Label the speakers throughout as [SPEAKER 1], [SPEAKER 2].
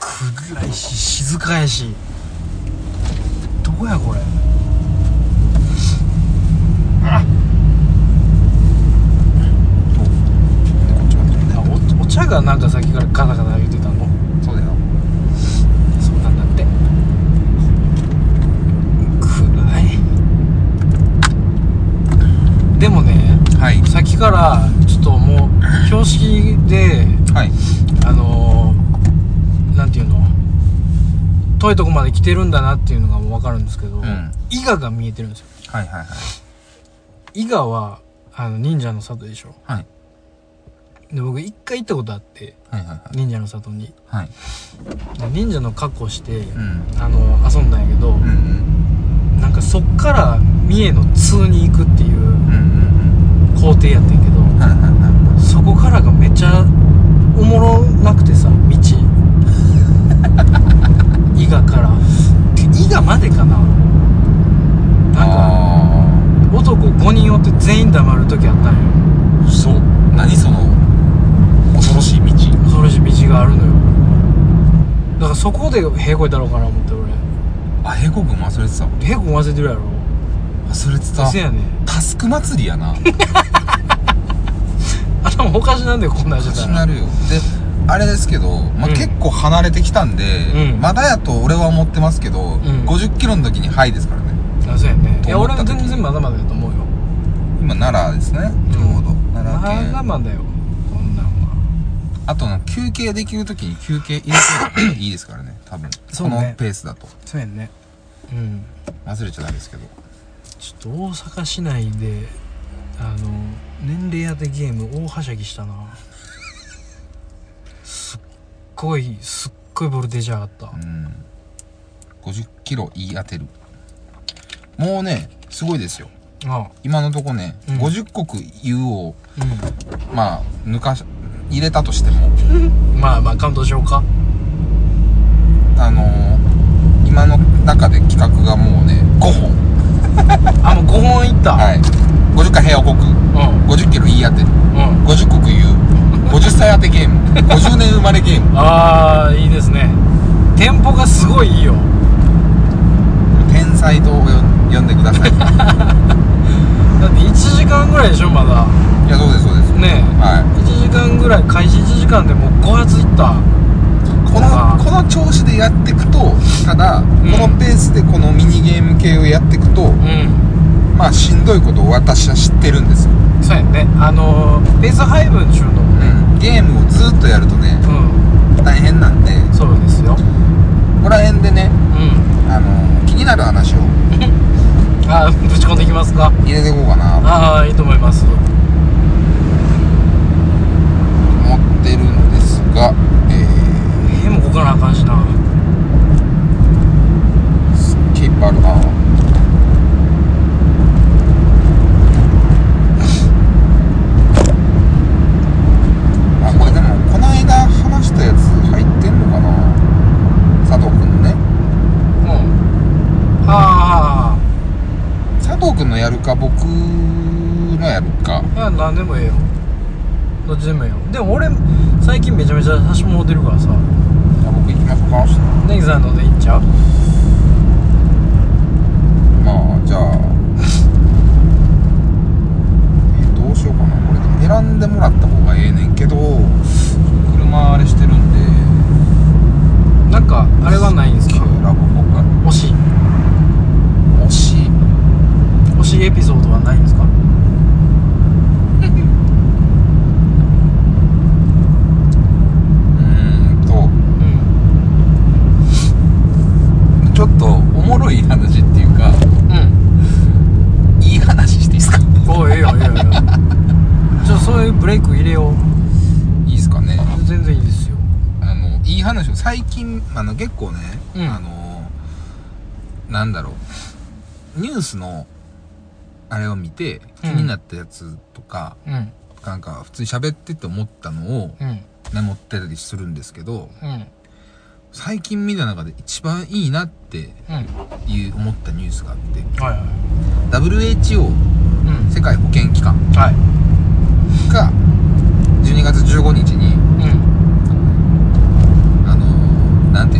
[SPEAKER 1] 暗いし静かやしどこやこれ
[SPEAKER 2] こっちまで
[SPEAKER 1] おお茶がなんかさっきからガタガタ言ってたの
[SPEAKER 2] そうだよ
[SPEAKER 1] そうなんだって暗いでもね
[SPEAKER 2] はい
[SPEAKER 1] さっきからちょっともう標識で
[SPEAKER 2] はい
[SPEAKER 1] あのー、なんていうの遠いとこまで来てるんだなっていうのがもう分かるんですけど、
[SPEAKER 2] うん
[SPEAKER 1] 伊賀が見えてるんですよ
[SPEAKER 2] はいはいはい
[SPEAKER 1] 伊賀はあの忍者の里でしょ
[SPEAKER 2] はい
[SPEAKER 1] で僕一回行ったことあって
[SPEAKER 2] はいはいはい
[SPEAKER 1] 忍者の里に
[SPEAKER 2] はい
[SPEAKER 1] で忍者の格好して、
[SPEAKER 2] うん
[SPEAKER 1] あの遊んだんやけど、
[SPEAKER 2] うんうん
[SPEAKER 1] なんかそっから三重の通に行くっていう
[SPEAKER 2] うんうん
[SPEAKER 1] 工程やってんけ
[SPEAKER 2] うん
[SPEAKER 1] ど
[SPEAKER 2] はいはいは
[SPEAKER 1] そこからがめっちゃおもろなくてさ道 伊賀からて伊賀までかななん
[SPEAKER 2] い
[SPEAKER 1] か
[SPEAKER 2] あ
[SPEAKER 1] 男5人おって全員黙る時あったんよ
[SPEAKER 2] あそう何その恐ろしい道
[SPEAKER 1] 恐ろしい道があるのよだからそこで平行いたろうかな思って俺
[SPEAKER 2] あ平行軍忘れてたわ
[SPEAKER 1] 平行忘れてるやろ
[SPEAKER 2] 忘れて
[SPEAKER 1] せ
[SPEAKER 2] た
[SPEAKER 1] やね
[SPEAKER 2] タスク祭りやな
[SPEAKER 1] 頭おかしなんだよこんなんして
[SPEAKER 2] 始
[SPEAKER 1] たら
[SPEAKER 2] まるよであれですけど、まあ
[SPEAKER 1] うん
[SPEAKER 2] 結構離れてきたんで、
[SPEAKER 1] うん
[SPEAKER 2] まだやと俺は思ってますけど、
[SPEAKER 1] ん
[SPEAKER 2] 50キロの時に「はい」ですからね
[SPEAKER 1] あそうやねいや
[SPEAKER 2] と思
[SPEAKER 1] 俺
[SPEAKER 2] った
[SPEAKER 1] は
[SPEAKER 2] 時
[SPEAKER 1] 全然まだまだだと思うよ
[SPEAKER 2] 今奈良ですね、ちょうど奈良
[SPEAKER 1] まだ
[SPEAKER 2] 県
[SPEAKER 1] まだよこんなんは
[SPEAKER 2] あとなんか休憩できる時に休憩入れていいですからね多分
[SPEAKER 1] そうね
[SPEAKER 2] このペースだと
[SPEAKER 1] そうやんねうん
[SPEAKER 2] 忘れちゃダメですけど
[SPEAKER 1] ちょっと大阪市内であの年齢当てゲーム大はしゃぎした なすっごいすっごいボルテージ上がった
[SPEAKER 2] うん50キロ言い当てるもうねすごいですよ
[SPEAKER 1] あ
[SPEAKER 2] 今のとこね、
[SPEAKER 1] うん
[SPEAKER 2] 50国 U を
[SPEAKER 1] う
[SPEAKER 2] まあ抜かし入れたとしても
[SPEAKER 1] んまあまあカウントしようか
[SPEAKER 2] あのー、今の中で企画がもうね5本
[SPEAKER 1] あもう5本いった、
[SPEAKER 2] はい50回平和国50キロ言い当てる
[SPEAKER 1] うんうん
[SPEAKER 2] 50国言う50歳当てゲーム50年生まれゲーム
[SPEAKER 1] ああいいですねテンポがすごいいいよ
[SPEAKER 2] 天才と呼呼んでくださいい
[SPEAKER 1] だって1時間ぐらいでしょまだ
[SPEAKER 2] やそうですそうです
[SPEAKER 1] ねえ
[SPEAKER 2] は
[SPEAKER 1] 1時間ぐらい開始1時間でもう5発いった
[SPEAKER 2] いこ
[SPEAKER 1] あー
[SPEAKER 2] のこの調子でやっていくとただ、
[SPEAKER 1] ん
[SPEAKER 2] このペースでこのミニゲーム系をやっていくと
[SPEAKER 1] うん
[SPEAKER 2] まあしんどいことを私は知ってるんですよ、
[SPEAKER 1] そうやねあのー、ペース配分中の
[SPEAKER 2] うん、ゲームをずっとやるとね
[SPEAKER 1] うん
[SPEAKER 2] 大変なんで
[SPEAKER 1] そうですよ
[SPEAKER 2] ここら辺でね
[SPEAKER 1] うん
[SPEAKER 2] あの気になる話を
[SPEAKER 1] あーぶち込んでいきますか
[SPEAKER 2] 入れていこうかな
[SPEAKER 1] ああいいと思います
[SPEAKER 2] と思ってるんですが、
[SPEAKER 1] え
[SPEAKER 2] え
[SPEAKER 1] ー、もうここからあかんしな
[SPEAKER 2] ー、すっげえいっぱいあるなあこれでもこの間話したやつ入ってんのかな佐藤君のね
[SPEAKER 1] うんあ
[SPEAKER 2] 佐藤君のやるか僕のやるか
[SPEAKER 1] あいや何でもええよどっちでもええよでも俺最近めちゃめちゃ差し戻ってるからさ
[SPEAKER 2] じゃあ僕行きましょうか
[SPEAKER 1] ネギさんのでいっちゃう
[SPEAKER 2] まあじゃあえどうしようかなこれでも選んでもらった方がええねんけど車あれしてるんで
[SPEAKER 1] なんかあれはないんです
[SPEAKER 2] 選
[SPEAKER 1] か
[SPEAKER 2] ぼうか
[SPEAKER 1] 惜しい
[SPEAKER 2] もし
[SPEAKER 1] 惜しいエピソードはないんですか
[SPEAKER 2] うーんと
[SPEAKER 1] うん
[SPEAKER 2] ちょっとおもろい話っていうか
[SPEAKER 1] うん
[SPEAKER 2] いい話していいですか
[SPEAKER 1] おいいいよいいよいいよ じゃあそういうブレイク入れよう
[SPEAKER 2] いいですかね
[SPEAKER 1] 全然いいですよ
[SPEAKER 2] あのいい話を最近あの結構ね、
[SPEAKER 1] うん
[SPEAKER 2] あのなんだろうニュースのあれを見て気になったやつとか、
[SPEAKER 1] うん
[SPEAKER 2] なんか普通に喋ってって思ったのを
[SPEAKER 1] うん
[SPEAKER 2] メモってたりするんですけど
[SPEAKER 1] うん
[SPEAKER 2] 最近見た中で一番いいなって
[SPEAKER 1] うん
[SPEAKER 2] いう思ったニュースがあって
[SPEAKER 1] はいはい
[SPEAKER 2] WHO
[SPEAKER 1] うん
[SPEAKER 2] 世界保健機関
[SPEAKER 1] はい
[SPEAKER 2] が12月15日
[SPEAKER 1] う
[SPEAKER 2] に
[SPEAKER 1] ん
[SPEAKER 2] あのー、なんて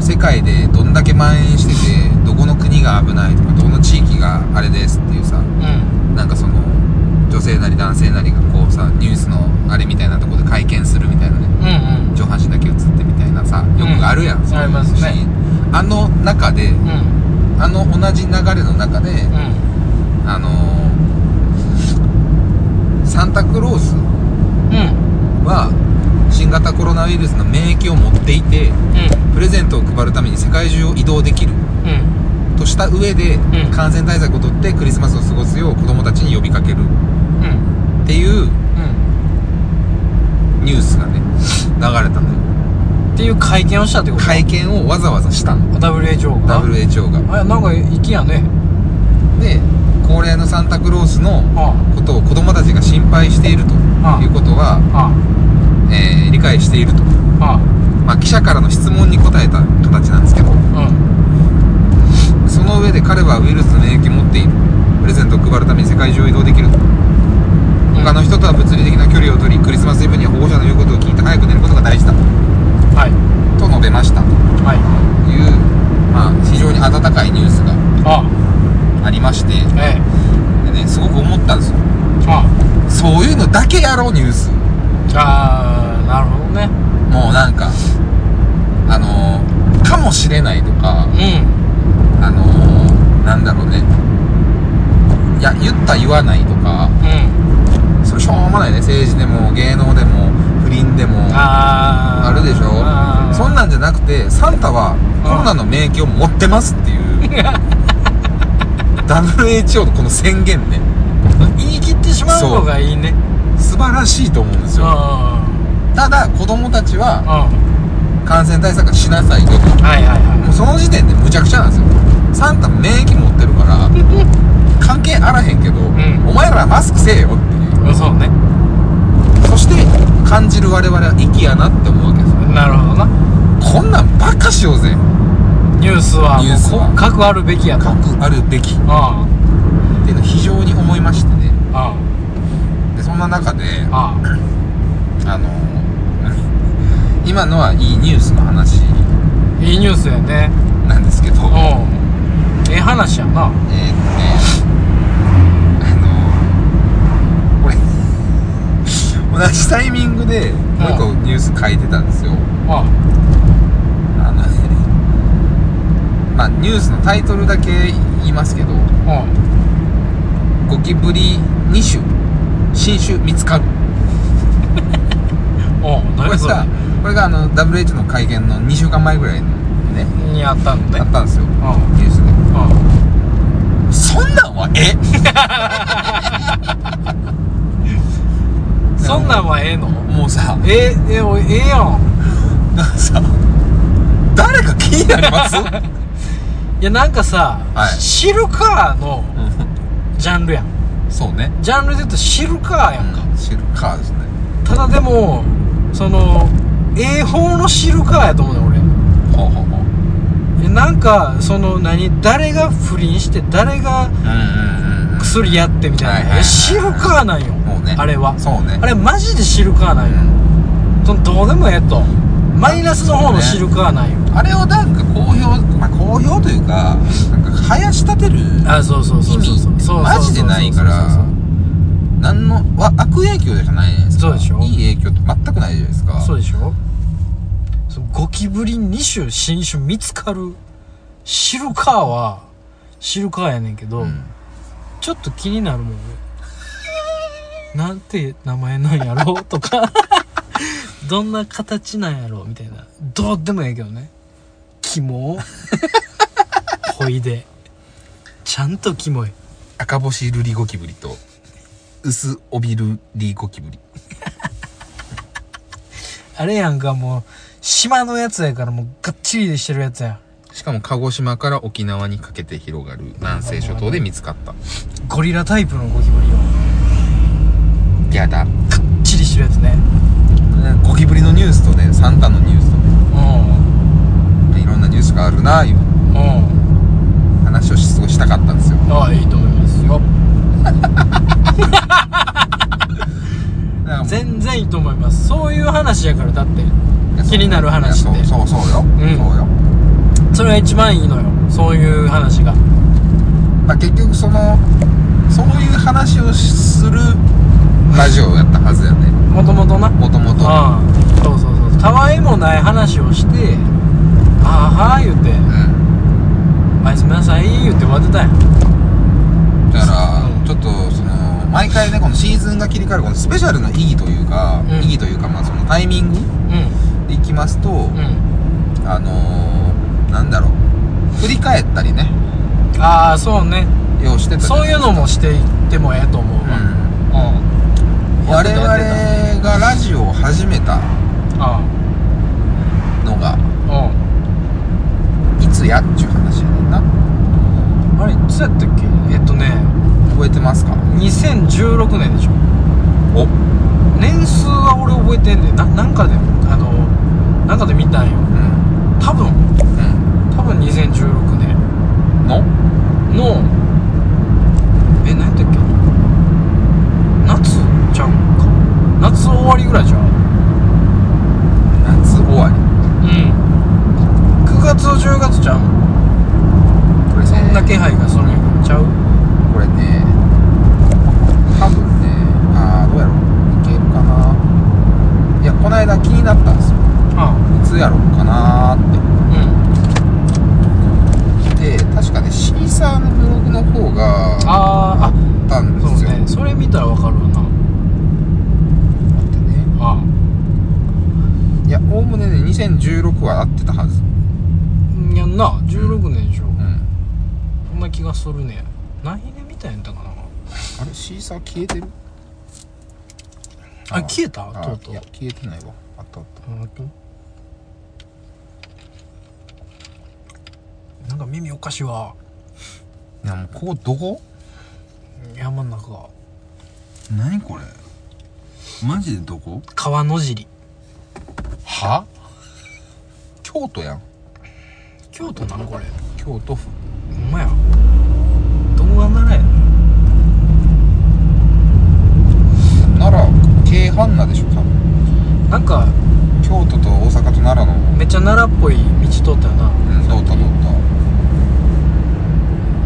[SPEAKER 2] 世界でどんだけ蔓延しててどこの国が危ないとかどこの地域があれですっていうさ
[SPEAKER 1] うん
[SPEAKER 2] なんかその女性なり男性なりがこうさニュースのあれみたいなとこで会見するみたいなね
[SPEAKER 1] うんうん
[SPEAKER 2] 上半身だけ映ってみたいなさよくあるやん、
[SPEAKER 1] うん
[SPEAKER 2] そうい
[SPEAKER 1] あ
[SPEAKER 2] う
[SPEAKER 1] りますね
[SPEAKER 2] シーンあの中で
[SPEAKER 1] うん
[SPEAKER 2] あの同じ流れの中で、
[SPEAKER 1] うん
[SPEAKER 2] あのーサンタクロース
[SPEAKER 1] うん
[SPEAKER 2] は新型コロナウイルスの免疫を持っていてプレゼントを配るために世界中を移動できる
[SPEAKER 1] うんうん
[SPEAKER 2] とした上で、
[SPEAKER 1] ん
[SPEAKER 2] 感染対策をとってクリスマスを過ごすよう子供たちに呼びかける
[SPEAKER 1] うん
[SPEAKER 2] っていう
[SPEAKER 1] うん
[SPEAKER 2] ニュースがね流れたのよ
[SPEAKER 1] っていう会見をしたってこと
[SPEAKER 2] 会見をわざわざしたの
[SPEAKER 1] WHO が
[SPEAKER 2] WHO が
[SPEAKER 1] あいやなんか粋やね
[SPEAKER 2] で高齢のサンタクロースの
[SPEAKER 1] あ
[SPEAKER 2] ことを子供たちが心配していると
[SPEAKER 1] あ
[SPEAKER 2] いうことは、
[SPEAKER 1] あ
[SPEAKER 2] えー理解していると、
[SPEAKER 1] あ
[SPEAKER 2] まあ、記者からの質問に答えた形なんですけど
[SPEAKER 1] あうん
[SPEAKER 2] その上で彼はウイルスの免疫を持っているプレゼントを配るために世界中を移動できる他の人とは物理的な距離を取りクリスマスイブには保護者の言うことを聞いて早く寝ることが大事だ
[SPEAKER 1] はい
[SPEAKER 2] と述べましたという、
[SPEAKER 1] はい
[SPEAKER 2] まあ、非常に温かいニュースが
[SPEAKER 1] あ
[SPEAKER 2] ありまして
[SPEAKER 1] ええ
[SPEAKER 2] でねすごく思ったんですよ
[SPEAKER 1] あ
[SPEAKER 2] そういうのだけやろうニュース
[SPEAKER 1] あーなるほどね
[SPEAKER 2] もうなんかあのーかもしれないとか
[SPEAKER 1] うん
[SPEAKER 2] あのーなんだろうねいや言った言わないとか
[SPEAKER 1] うん
[SPEAKER 2] それしょうもないね政治でも芸能でも不倫でも
[SPEAKER 1] ああ
[SPEAKER 2] あるでしょ
[SPEAKER 1] あー
[SPEAKER 2] そんなんじゃなくてサンタはコロナの免疫を持ってますっていう WHO のこの宣言ね
[SPEAKER 1] 言い切ってしまうのがいいね
[SPEAKER 2] 素晴らしいと思うんです
[SPEAKER 1] うんう
[SPEAKER 2] よ
[SPEAKER 1] ん
[SPEAKER 2] ただ子供たちは
[SPEAKER 1] うん
[SPEAKER 2] 感染対策しなさいよと
[SPEAKER 1] はいはい
[SPEAKER 2] もうその時点でむちゃくちゃなんですよサンタ免疫持ってる から
[SPEAKER 1] は
[SPEAKER 2] 関係あらへんけど、
[SPEAKER 1] ん
[SPEAKER 2] お前らはマスクせえよっていう
[SPEAKER 1] いそうね
[SPEAKER 2] そして感じる我々は息やなって思うわけですよ
[SPEAKER 1] なるほどな
[SPEAKER 2] こんなんバカしようぜ
[SPEAKER 1] ニュースは
[SPEAKER 2] ニュースは
[SPEAKER 1] もう核あるべきやと
[SPEAKER 2] かくあるべきっ
[SPEAKER 1] あ
[SPEAKER 2] ていうのを非常に思いましてね
[SPEAKER 1] ああ
[SPEAKER 2] でそんな中で
[SPEAKER 1] あああ
[SPEAKER 2] あの何今のはいいニュースの話
[SPEAKER 1] いいニュースやね
[SPEAKER 2] なんですけど
[SPEAKER 1] うんええ話やな
[SPEAKER 2] えーっとねあのこれ同じタイミングでもう一個ニュース書いてたんですよ
[SPEAKER 1] あ
[SPEAKER 2] あのねまあニュースのタイトルだけ言いますけど
[SPEAKER 1] あうん
[SPEAKER 2] ゴキブリ2種新種見つかる
[SPEAKER 1] うん
[SPEAKER 2] こ
[SPEAKER 1] 何
[SPEAKER 2] れ
[SPEAKER 1] それ
[SPEAKER 2] さこれがあの WHO の会見の2週間前ぐらいのね
[SPEAKER 1] にあったのね
[SPEAKER 2] あったんですよニ
[SPEAKER 1] あ
[SPEAKER 2] ュースで
[SPEAKER 1] あ
[SPEAKER 2] そんなん はえ
[SPEAKER 1] そんなんはええの
[SPEAKER 2] もうさ
[SPEAKER 1] えええおええやん
[SPEAKER 2] なんかさ誰か気になりま す
[SPEAKER 1] いやなんかさ、
[SPEAKER 2] はい
[SPEAKER 1] シルカーのジャンルやん
[SPEAKER 2] そうね
[SPEAKER 1] ジャンルで言うとシルカーやんか、
[SPEAKER 2] 知るかですね
[SPEAKER 1] ただでもその英方のシルカーやと思うねん
[SPEAKER 2] ほうほうほううん
[SPEAKER 1] 俺えなんかその何誰が不倫して誰が
[SPEAKER 2] うんうん
[SPEAKER 1] 薬やってみた
[SPEAKER 2] はい
[SPEAKER 1] い
[SPEAKER 2] はい
[SPEAKER 1] な
[SPEAKER 2] はい
[SPEAKER 1] いやシルカーなんよ
[SPEAKER 2] もうね
[SPEAKER 1] あれは
[SPEAKER 2] そうね
[SPEAKER 1] あれマジでシルカーなんよ、そのどうでもええとマイナスの方のシルカーなんよ、
[SPEAKER 2] あれをなんか好評まあ好評というかなんか生やし立てる
[SPEAKER 1] あそうそう
[SPEAKER 2] 意
[SPEAKER 1] そうそうそうそうそう
[SPEAKER 2] 味
[SPEAKER 1] そう
[SPEAKER 2] マジでないから何のわ悪影響じゃないじゃないですか
[SPEAKER 1] そうでしょ
[SPEAKER 2] いい影響って全くないじゃないですか
[SPEAKER 1] そうでしょそのゴキブリ2種新種見つかるシルカーはシルカーやねんけど、
[SPEAKER 2] うん
[SPEAKER 1] ちょっと気になるもん俺なんて名前なんやろうとかどんな形なんやろうみたいなどうでもええけどねキモほいでちゃんとキモい
[SPEAKER 2] 赤星ルリゴキブリと薄帯ルリゴキブリ
[SPEAKER 1] あれやんかもう島のやつやからもうがっちりしてるやつや
[SPEAKER 2] しかも鹿児島から沖縄にかけて広がる南西諸島で見つかった
[SPEAKER 1] ゴリラタイプのゴキブリを
[SPEAKER 2] やだ
[SPEAKER 1] かっちりしてるやつね
[SPEAKER 2] ゴキブリのニュースとねサンタのニュースとね
[SPEAKER 1] う
[SPEAKER 2] いろんなニュースがあるなあいう
[SPEAKER 1] うん
[SPEAKER 2] 話をしすごいしたかったんですよ
[SPEAKER 1] ああいいと思いますよ
[SPEAKER 2] なんかも
[SPEAKER 1] 全然いいと思いますそういう話やからだって
[SPEAKER 2] ういやそう
[SPEAKER 1] 気になる話って
[SPEAKER 2] いやそうそうそうよ、
[SPEAKER 1] うん
[SPEAKER 2] そうよ
[SPEAKER 1] それが一番いいのよそういう話が
[SPEAKER 2] まあ、結局そのそういう話をするラジオやったはずやね
[SPEAKER 1] もともとな
[SPEAKER 2] もともと
[SPEAKER 1] ああそうそうそうたわいもない話をして「ああはあ」言って
[SPEAKER 2] う
[SPEAKER 1] 「
[SPEAKER 2] ん
[SPEAKER 1] おやすみなさい」言って終わってたんや
[SPEAKER 2] だか
[SPEAKER 1] うん
[SPEAKER 2] らちょっとその毎回ねこのシーズンが切り替わるこのスペシャルの意義というか、
[SPEAKER 1] うん
[SPEAKER 2] 意義というかまあそのタイミングでいきますと、
[SPEAKER 1] うんうん
[SPEAKER 2] あのー、なんだろう振り返ったりね
[SPEAKER 1] ああそうね
[SPEAKER 2] ようしてたじゃ
[SPEAKER 1] そ
[SPEAKER 2] な
[SPEAKER 1] う
[SPEAKER 2] い
[SPEAKER 1] い
[SPEAKER 2] で
[SPEAKER 1] う
[SPEAKER 2] すか
[SPEAKER 1] のもしていってもええと思うわ
[SPEAKER 2] うん
[SPEAKER 1] うんやって
[SPEAKER 2] 我
[SPEAKER 1] たやって
[SPEAKER 2] 々がラジオを始めた
[SPEAKER 1] たあ
[SPEAKER 2] のが
[SPEAKER 1] あうん
[SPEAKER 2] いつやっちゅう話やねんな
[SPEAKER 1] あれいつやったっけえっとね
[SPEAKER 2] 覚えてますか
[SPEAKER 1] 2016年でしょ
[SPEAKER 2] おうん
[SPEAKER 1] 年数は俺覚えてんでななんかであのなんかで見たんよ多分
[SPEAKER 2] う
[SPEAKER 1] 多分2016年
[SPEAKER 2] んの
[SPEAKER 1] のえ何やったっけ夏ちゃうか夏終わりぐらいじゃん
[SPEAKER 2] 夏終わり
[SPEAKER 1] うん9月10月ちゃう
[SPEAKER 2] これ
[SPEAKER 1] そんな
[SPEAKER 2] ね
[SPEAKER 1] 気配がそれちゃう
[SPEAKER 2] これね多分ねあーどうやろういけるかないやこの間気になったんですよ
[SPEAKER 1] あ
[SPEAKER 2] いつやろうかなーって
[SPEAKER 1] うん
[SPEAKER 2] で確かねシーサーのブログの方があ
[SPEAKER 1] あー
[SPEAKER 2] ったん
[SPEAKER 1] あ
[SPEAKER 2] で
[SPEAKER 1] そう
[SPEAKER 2] すよ、
[SPEAKER 1] ねそれ見たらわかるわな
[SPEAKER 2] 待ってね
[SPEAKER 1] あ
[SPEAKER 2] いやおおむねね2016は合ってたはず
[SPEAKER 1] あいやんな16年でしょ、
[SPEAKER 2] うん
[SPEAKER 1] そんな気がするね何年みたいなったかな
[SPEAKER 2] あれシーサー消えてる
[SPEAKER 1] あ消えた
[SPEAKER 2] あ
[SPEAKER 1] とうと
[SPEAKER 2] いうや消えてないわあったあっ
[SPEAKER 1] うんとなんか耳おかしいわ
[SPEAKER 2] たいやもうここどこ
[SPEAKER 1] 山の中が
[SPEAKER 2] 何これマジでどこ
[SPEAKER 1] 川の尻
[SPEAKER 2] は京都やん
[SPEAKER 1] 京都なんこれ
[SPEAKER 2] 京都府
[SPEAKER 1] ほんまやどうがならや
[SPEAKER 2] 奈良京阪奈でしょ多分
[SPEAKER 1] なんか
[SPEAKER 2] 京都と大阪と奈良の
[SPEAKER 1] めっちゃ奈良っぽい道通ったよな
[SPEAKER 2] うん通った通った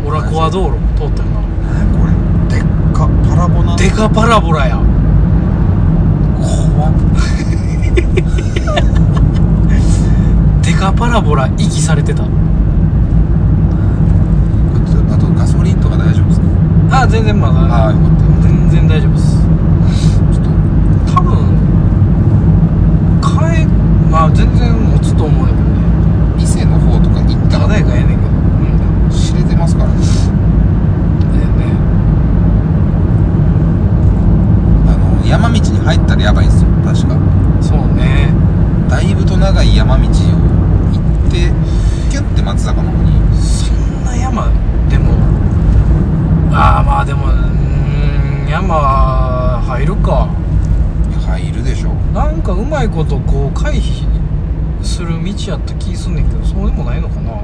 [SPEAKER 1] オラコア道路通ったよな
[SPEAKER 2] 何これでっかパラボナ
[SPEAKER 1] デカパラボラや
[SPEAKER 2] 怖っ
[SPEAKER 1] デカパラボラ息されてた
[SPEAKER 2] あとガソリンとか大丈夫ですか
[SPEAKER 1] あ全然まだ
[SPEAKER 2] ああよかったよ
[SPEAKER 1] 全然大丈夫です
[SPEAKER 2] かったちょっと
[SPEAKER 1] 多分変えまあ全然持つと思うんやけどね
[SPEAKER 2] 店の方とか行った
[SPEAKER 1] 誰
[SPEAKER 2] ら
[SPEAKER 1] がええねんけどうん
[SPEAKER 2] 知れてますから
[SPEAKER 1] え
[SPEAKER 2] ね
[SPEAKER 1] えね
[SPEAKER 2] あの山道に入ったらやばいんですよ確か
[SPEAKER 1] そうね
[SPEAKER 2] だいぶと長い山道を行ってキュッて松坂の方に
[SPEAKER 1] そんな山でもああまあでもうーん山は入るか
[SPEAKER 2] 入るでしょ
[SPEAKER 1] なんかうまいことこう回避する道やった気すんねんけどそうでもないのかな
[SPEAKER 2] あこ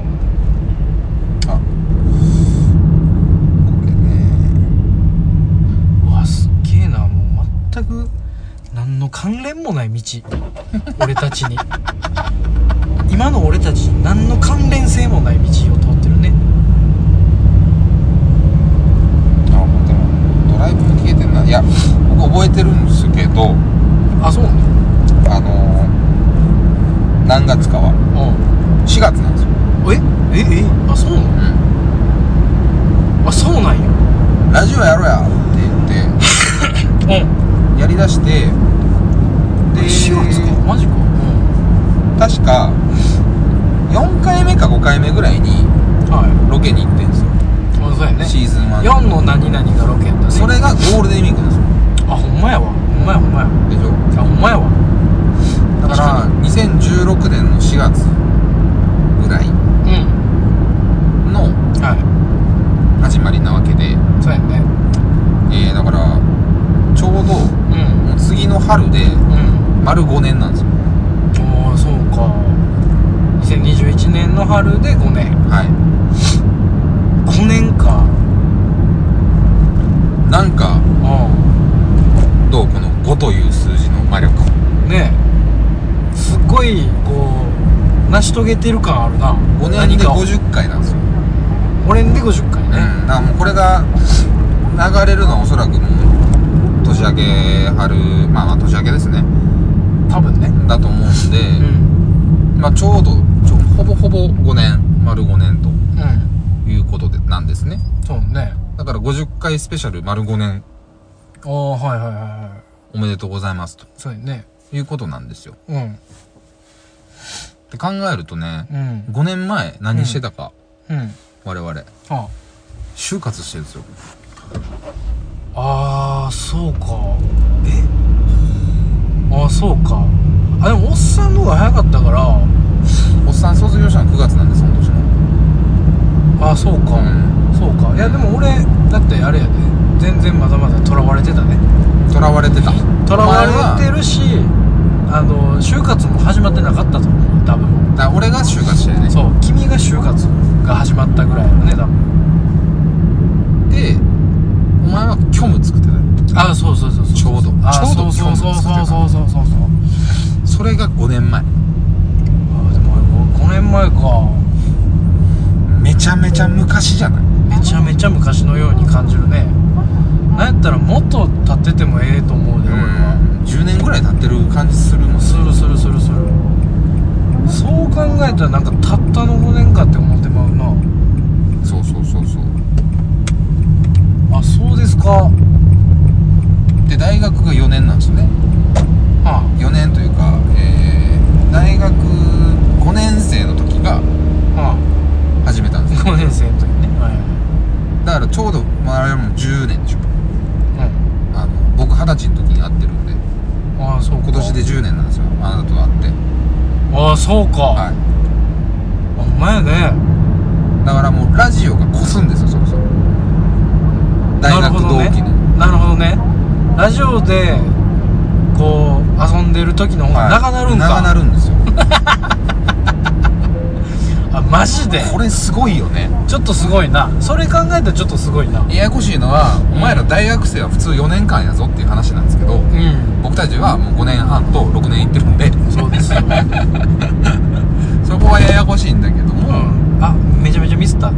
[SPEAKER 2] れね
[SPEAKER 1] うわすっげえなもう全く何の関連もない道俺たちに 今の俺たちに何の関連性もない道を通ってるね
[SPEAKER 2] あほんとだドライブも消えてんないや僕覚えてるんですけど
[SPEAKER 1] あそうね
[SPEAKER 2] あのー何月かは
[SPEAKER 1] う
[SPEAKER 2] 4月なんですよ、
[SPEAKER 1] んえええあそうなのあそうなんや
[SPEAKER 2] ラジオやろうやって言っ
[SPEAKER 1] うん
[SPEAKER 2] てやりだしてで
[SPEAKER 1] 4月かマジかうん
[SPEAKER 2] 確か4回目か5回目ぐらいに
[SPEAKER 1] はい
[SPEAKER 2] ロケに行ってんですよ、
[SPEAKER 1] あそうやね
[SPEAKER 2] シーズン1
[SPEAKER 1] 4の何々がロケやったね
[SPEAKER 2] それがゴールデンウィークなんですよ
[SPEAKER 1] あほんまやわほんまやほんまや
[SPEAKER 2] でしょ
[SPEAKER 1] あほんまやわ
[SPEAKER 2] だ
[SPEAKER 1] 確
[SPEAKER 2] から
[SPEAKER 1] か
[SPEAKER 2] 2016年の4月ぐらい
[SPEAKER 1] うん
[SPEAKER 2] の
[SPEAKER 1] は
[SPEAKER 2] 始まりなわけで、
[SPEAKER 1] いそうやね
[SPEAKER 2] えー、だからちょうど
[SPEAKER 1] うん
[SPEAKER 2] もう次の春で
[SPEAKER 1] うん
[SPEAKER 2] 丸5年なんですよ
[SPEAKER 1] ああそうか2021年の春で5年
[SPEAKER 2] はい
[SPEAKER 1] 5年か
[SPEAKER 2] なんか
[SPEAKER 1] あ
[SPEAKER 2] どうこの5という数字の魔力
[SPEAKER 1] あねえすっごいこう成し遂げてる感あるな
[SPEAKER 2] 5年
[SPEAKER 1] 何
[SPEAKER 2] で
[SPEAKER 1] かを
[SPEAKER 2] 50回なんですよ、
[SPEAKER 1] 5年で50回
[SPEAKER 2] うん、だ
[SPEAKER 1] ね、
[SPEAKER 2] からもうこれが流れるのはおそらくもう年明け春まあまあ年明けですね
[SPEAKER 1] 多分ね
[SPEAKER 2] だと思うんで、
[SPEAKER 1] うん
[SPEAKER 2] まあちょうどちょほぼほぼ5年丸5年と
[SPEAKER 1] うん
[SPEAKER 2] いうことでなんですね
[SPEAKER 1] そうね
[SPEAKER 2] だから50回スペシャル丸5年
[SPEAKER 1] ああはいはいはいはい
[SPEAKER 2] おめでとうございますと
[SPEAKER 1] そうやね
[SPEAKER 2] いうことなんですよ
[SPEAKER 1] うん
[SPEAKER 2] って考えるとね
[SPEAKER 1] うん
[SPEAKER 2] 5年前何してたか、
[SPEAKER 1] うん
[SPEAKER 2] 我々
[SPEAKER 1] あ
[SPEAKER 2] 就活してるんですよ
[SPEAKER 1] あーそうかえああそうかあでもおっさんの方が早かったから
[SPEAKER 2] おっさん卒業したの9月なんですその年の
[SPEAKER 1] ああそうか、
[SPEAKER 2] う
[SPEAKER 1] そうかいやでも俺だってあれやで全然まだまだとらわれてたね
[SPEAKER 2] 囚われてた
[SPEAKER 1] とらわれて
[SPEAKER 2] る
[SPEAKER 1] るしあの就活も始まってなかったと思う多分
[SPEAKER 2] だから俺が就活してるね
[SPEAKER 1] そう君が就活が始まったぐらいのね多分
[SPEAKER 2] でお前は虚無作ってたよ
[SPEAKER 1] ああそうそうそうそう
[SPEAKER 2] ちょうど
[SPEAKER 1] あ
[SPEAKER 2] ちょうど
[SPEAKER 1] そうそうそうそうそうそうそうそう
[SPEAKER 2] それが5年前
[SPEAKER 1] ああでも俺5年前か
[SPEAKER 2] めちゃめちゃ昔じゃない
[SPEAKER 1] めちゃめちゃ昔のように感じるねなんやったらもっと立っててもええと思うで俺は
[SPEAKER 2] 10年ぐらい経ってる感じするもん
[SPEAKER 1] するするするするそう考えたらなんかたったの5年かって思ってまうな
[SPEAKER 2] そうそうそうそう
[SPEAKER 1] あそうですかは
[SPEAKER 2] で大学が4年なんですよね
[SPEAKER 1] あ
[SPEAKER 2] 4年というか、えー、大学5年生の時が
[SPEAKER 1] はあ
[SPEAKER 2] 始めたんです よ
[SPEAKER 1] 5年生の時ねは
[SPEAKER 2] だからちょうど我々も10年でしょ
[SPEAKER 1] いはい
[SPEAKER 2] あの僕二十歳の時に会ってるんで
[SPEAKER 1] うんああそうか
[SPEAKER 2] 今年で10年なんですよあなたと会って
[SPEAKER 1] ああそうか、
[SPEAKER 2] はい
[SPEAKER 1] お前ね
[SPEAKER 2] だからもうラジオがこすんですよそろそろ大学同期の、
[SPEAKER 1] なるほどねなるほどねラジオでこう遊んでる時の方が長なるんか、
[SPEAKER 2] 長なるん ですよ
[SPEAKER 1] あマジで
[SPEAKER 2] これすごいよね
[SPEAKER 1] ちょっとすごいなそれ考えたらちょっとすごいな
[SPEAKER 2] ややこしいのはお前ら大学生は普通4年間やぞっていう話なんですけど
[SPEAKER 1] うん
[SPEAKER 2] 僕たちはもう5年半と6年いってるんで
[SPEAKER 1] そうですよ、う
[SPEAKER 2] そこはややこしいんだけども、
[SPEAKER 1] ん、あめちゃめちゃミスった道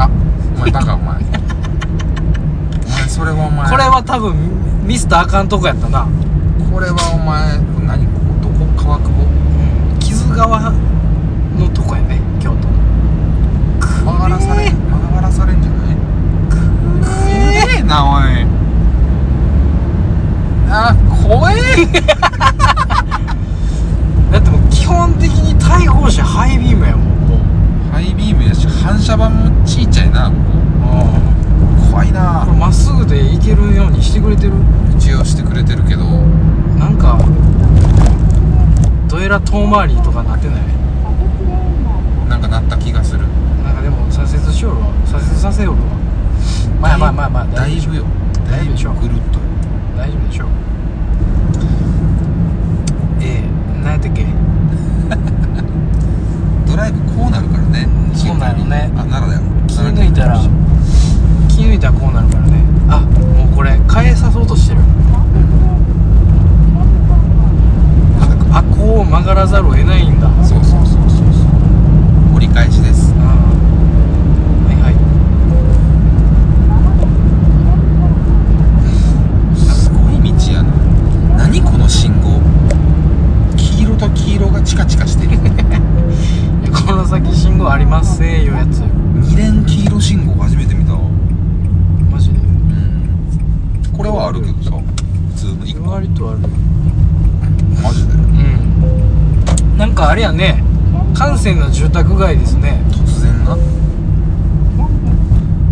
[SPEAKER 2] あお前バカお前 お前それはお前
[SPEAKER 1] これは多分ミスったらあかんとこやったな、
[SPEAKER 2] これはお前何ここどこ川久保
[SPEAKER 1] 木津川のとこやね京都
[SPEAKER 2] 曲がらされん曲がらされんじゃないくええなおいあ怖え
[SPEAKER 1] だってもう基本的に大砲車ハイビームやもんもう
[SPEAKER 2] ハイビームやし反射板もちいちゃいなここ怖いな
[SPEAKER 1] これまっすぐで行けるようにしてくれてる
[SPEAKER 2] 一応してくれてるけど
[SPEAKER 1] なんかどえら遠回りとかなってない
[SPEAKER 2] なんかなった気がする
[SPEAKER 1] なんかでも左折しよるわ左折させよるわまあまあまあまあ
[SPEAKER 2] だ
[SPEAKER 1] 大
[SPEAKER 2] いぶよ
[SPEAKER 1] 大丈夫でしょう
[SPEAKER 2] ぐるっと
[SPEAKER 1] 大丈夫でしょうええ何やったっけ
[SPEAKER 2] ドライブこうなるからね
[SPEAKER 1] そうなのね
[SPEAKER 2] あ奈良だよ
[SPEAKER 1] 気抜いたら気抜いたらこうなるからねあもうこれ変えさそうとしてるああこう曲がらざるを得ないんだうん
[SPEAKER 2] そうそうそうそうそう折り返しです
[SPEAKER 1] はいはい
[SPEAKER 2] すごい道やな何この信号黄色と黄色がチカチカしてる
[SPEAKER 1] いやこの先信号ありませんよやつ
[SPEAKER 2] 二連黄色信号初めて見たわ
[SPEAKER 1] マジで
[SPEAKER 2] うんこれはあるけどさ普通の一個
[SPEAKER 1] 割とある
[SPEAKER 2] マジで
[SPEAKER 1] うんなんかあれやね閑静な住宅街ですね
[SPEAKER 2] 突然な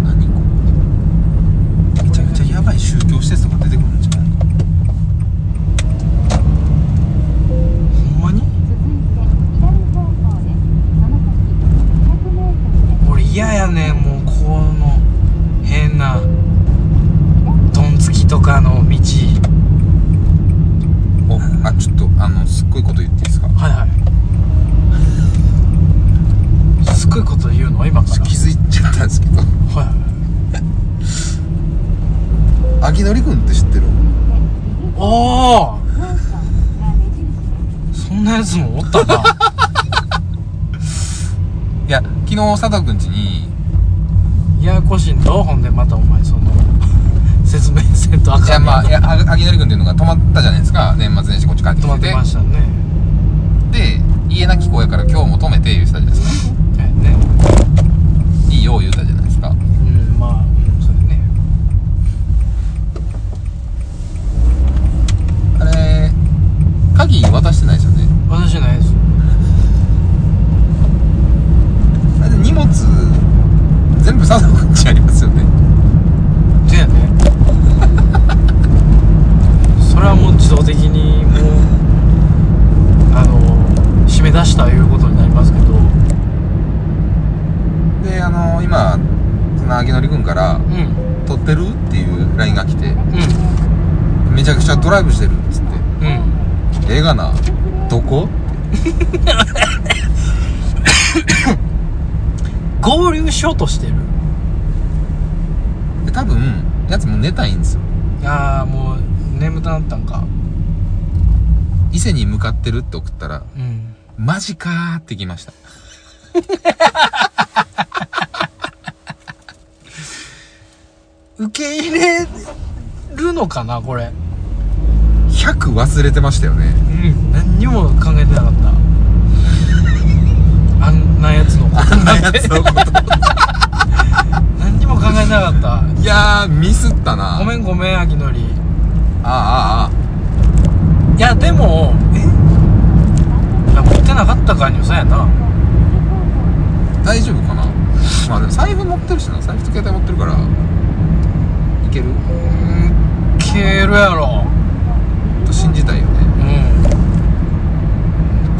[SPEAKER 2] 何これめちゃめちゃやばい宗教施設とか出てくるんじゃないか
[SPEAKER 1] ほんまに俺嫌やねんもうこの変なドンつきとかの道
[SPEAKER 2] おあちょっとあのすっごいこと言っていいですか
[SPEAKER 1] はいはいすごいこと言うの今から
[SPEAKER 2] 気づいちゃったんですけ ど
[SPEAKER 1] はい
[SPEAKER 2] 秋典君って知ってる
[SPEAKER 1] おおそんなやつもおったか
[SPEAKER 2] いや昨日佐藤君家に
[SPEAKER 1] ややこしいんどうほんでまたお前その説明せんとあかん
[SPEAKER 2] いやまあいや
[SPEAKER 1] 止
[SPEAKER 2] ああぎのり君っていうのが泊まったじゃないですか年末年始こっち帰ってき
[SPEAKER 1] まってて
[SPEAKER 2] て
[SPEAKER 1] ましたね
[SPEAKER 2] で家なき子やから今日も泊めて言うてたじゃないですか
[SPEAKER 1] ええね
[SPEAKER 2] いいよ言うたじゃないですか
[SPEAKER 1] うんまあうんそうやね
[SPEAKER 2] あれ鍵渡してないですよね
[SPEAKER 1] 私じゃないです
[SPEAKER 2] あれで荷物全部佐藤君家ありますよね
[SPEAKER 1] でやね それはもう自動的にもうあの締め出したいうことになりますけど
[SPEAKER 2] であの今そのあぎのり君から
[SPEAKER 1] うん
[SPEAKER 2] 「撮ってる?」っていう LINE が来て
[SPEAKER 1] う
[SPEAKER 2] 「めちゃくちゃドライブしてる」っつって
[SPEAKER 1] んうん
[SPEAKER 2] 「ええがなどこ?」
[SPEAKER 1] 合流しようとしてる
[SPEAKER 2] で多分やつもう寝たいんですよ
[SPEAKER 1] いやーもう眠たなったんか
[SPEAKER 2] 伊勢に向かってるって送ったら
[SPEAKER 1] うん
[SPEAKER 2] 「マジか」って来ました
[SPEAKER 1] 受け入れるのかなこれ
[SPEAKER 2] 100忘れてましたよね
[SPEAKER 1] うん何にも考えてなか ったあんなやつのこと
[SPEAKER 2] あんなやつのこと
[SPEAKER 1] 何にも考えてなかった
[SPEAKER 2] いやーミスったな
[SPEAKER 1] ごめ
[SPEAKER 2] ん
[SPEAKER 1] んごめんあきのり
[SPEAKER 2] ああああ
[SPEAKER 1] いやでもえなんか見てなかったかにもさやな
[SPEAKER 2] ああ大丈夫かなまあでも財布持ってるしな財布と携帯持ってるからいける
[SPEAKER 1] うん消えるやろ
[SPEAKER 2] と信じたいよね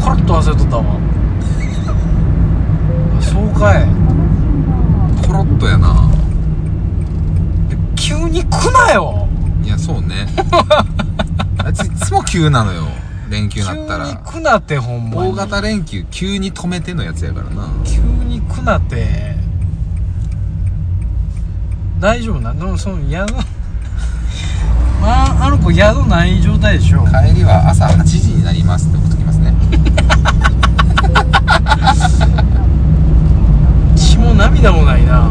[SPEAKER 1] うんコロッと忘れとったわ あそうかい
[SPEAKER 2] コロッとやな
[SPEAKER 1] 急に来なよ
[SPEAKER 2] いやそうねあいついつも急なのよ連休
[SPEAKER 1] 急
[SPEAKER 2] に
[SPEAKER 1] に
[SPEAKER 2] なったら
[SPEAKER 1] 来なってほんまに
[SPEAKER 2] 大型連休急に止めてのやつやからな
[SPEAKER 1] 急に来なって大丈夫なでもその宿 まああの子宿ない状態でしょ
[SPEAKER 2] 帰りは朝8時になりますって送っときますね
[SPEAKER 1] 血も涙もないな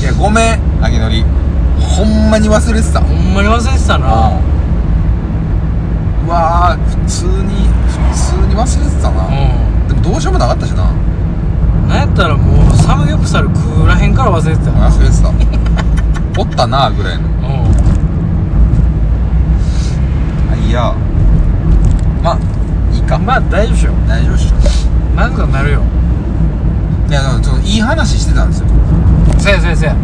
[SPEAKER 1] い
[SPEAKER 2] やごめんあげのりほんまに忘れてた
[SPEAKER 1] ほんまに忘れてたな
[SPEAKER 2] うんうわー普通に普通に忘れてた
[SPEAKER 1] うん
[SPEAKER 2] な、でもどうしようもなかったしな
[SPEAKER 1] なんやったらもうサムギョプサル食うらへんから忘れてたな
[SPEAKER 2] 忘れて たおったなぐらいの
[SPEAKER 1] う
[SPEAKER 2] あいやまあいいか
[SPEAKER 1] んまあ大丈夫でしょ
[SPEAKER 2] 大丈夫っしょ
[SPEAKER 1] なんとかなるよ
[SPEAKER 2] いやでもちょっといい話してたんですよ
[SPEAKER 1] せやせやせや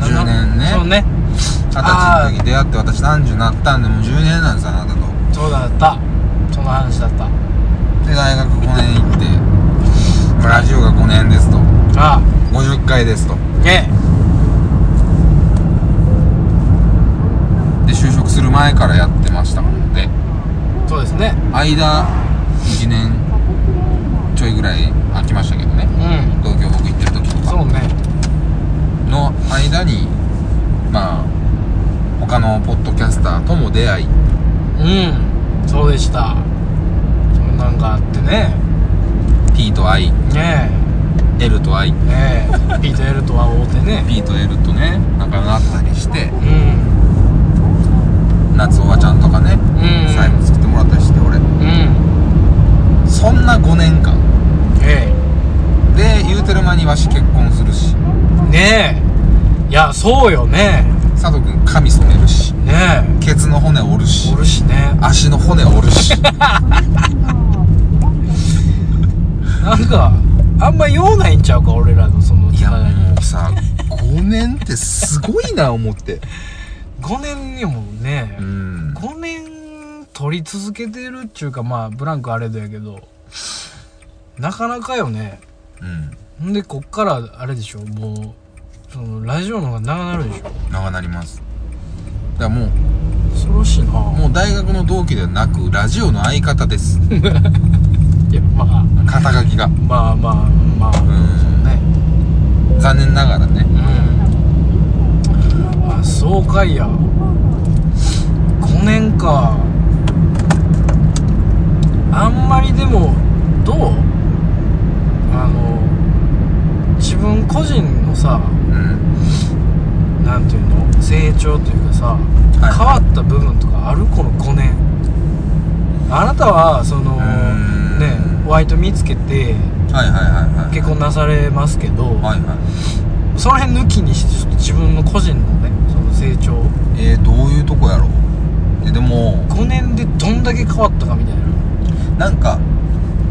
[SPEAKER 2] 10年ね
[SPEAKER 1] そうね
[SPEAKER 2] 二十歳の時出会って私30になったんでもう10年なんですよあなたと
[SPEAKER 1] そうだったその話だった
[SPEAKER 2] で大学5年行ってもうラジオが5年ですと
[SPEAKER 1] あ
[SPEAKER 2] 50回ですと
[SPEAKER 1] あね
[SPEAKER 2] で就職する前からやってましたので
[SPEAKER 1] そうですね
[SPEAKER 2] 間1年ちょいぐらい空きましたけどね
[SPEAKER 1] うん
[SPEAKER 2] 東京僕行ってる時とか
[SPEAKER 1] そうね
[SPEAKER 2] の間にまあ他のポッドキャスターとも出会い
[SPEAKER 1] うんそうでしたそんなんがあってね
[SPEAKER 2] T と IL
[SPEAKER 1] ね
[SPEAKER 2] と I
[SPEAKER 1] えねえ P と L とは大手ね
[SPEAKER 2] P と L とね仲良くなったりして
[SPEAKER 1] うん
[SPEAKER 2] 夏おばちゃんとかね
[SPEAKER 1] うん
[SPEAKER 2] 最後作ってもらったりして俺
[SPEAKER 1] うん
[SPEAKER 2] そんな5年間
[SPEAKER 1] え
[SPEAKER 2] で言うてる間にわし結婚するし
[SPEAKER 1] えねえいやそうよね
[SPEAKER 2] 佐藤君髪染めるし
[SPEAKER 1] ね
[SPEAKER 2] ケツの骨折る
[SPEAKER 1] え
[SPEAKER 2] し
[SPEAKER 1] おるしね
[SPEAKER 2] 足の骨折る し
[SPEAKER 1] なんかあんま用ないんちゃうか俺らのその
[SPEAKER 2] い
[SPEAKER 1] 繋
[SPEAKER 2] や
[SPEAKER 1] がり
[SPEAKER 2] もうさ5年ってすごいな思って
[SPEAKER 1] 5年にもね、
[SPEAKER 2] うん
[SPEAKER 1] 5年取り続けてるっちゅうかまあブランクあれだやけどなかなかよね
[SPEAKER 2] うん
[SPEAKER 1] んでこっからあれでしょもうそのラジオの方が長なるでしょ
[SPEAKER 2] 長なりますだからもう
[SPEAKER 1] 恐ろしいな
[SPEAKER 2] もう大学の同期ではなくラジオの相方です
[SPEAKER 1] いやまあ
[SPEAKER 2] 肩書きが
[SPEAKER 1] まあまあまあ
[SPEAKER 2] うん
[SPEAKER 1] ね
[SPEAKER 2] 残念ながらね
[SPEAKER 1] うんあそうかいや5年かあんまりでもさ
[SPEAKER 2] うん
[SPEAKER 1] なんていうの成長というかさ、
[SPEAKER 2] はい
[SPEAKER 1] 変わった部分とかあるこの5年あなたはその
[SPEAKER 2] うーん
[SPEAKER 1] ねワイト見つけて
[SPEAKER 2] はいはいはいはい
[SPEAKER 1] 結婚なされますけど、
[SPEAKER 2] はいはい
[SPEAKER 1] その辺抜きにしてちょっと自分の個人のねその成長
[SPEAKER 2] えー、どういうとこやろうえでも
[SPEAKER 1] 5年でどんだけ変わったかみたいな
[SPEAKER 2] なんか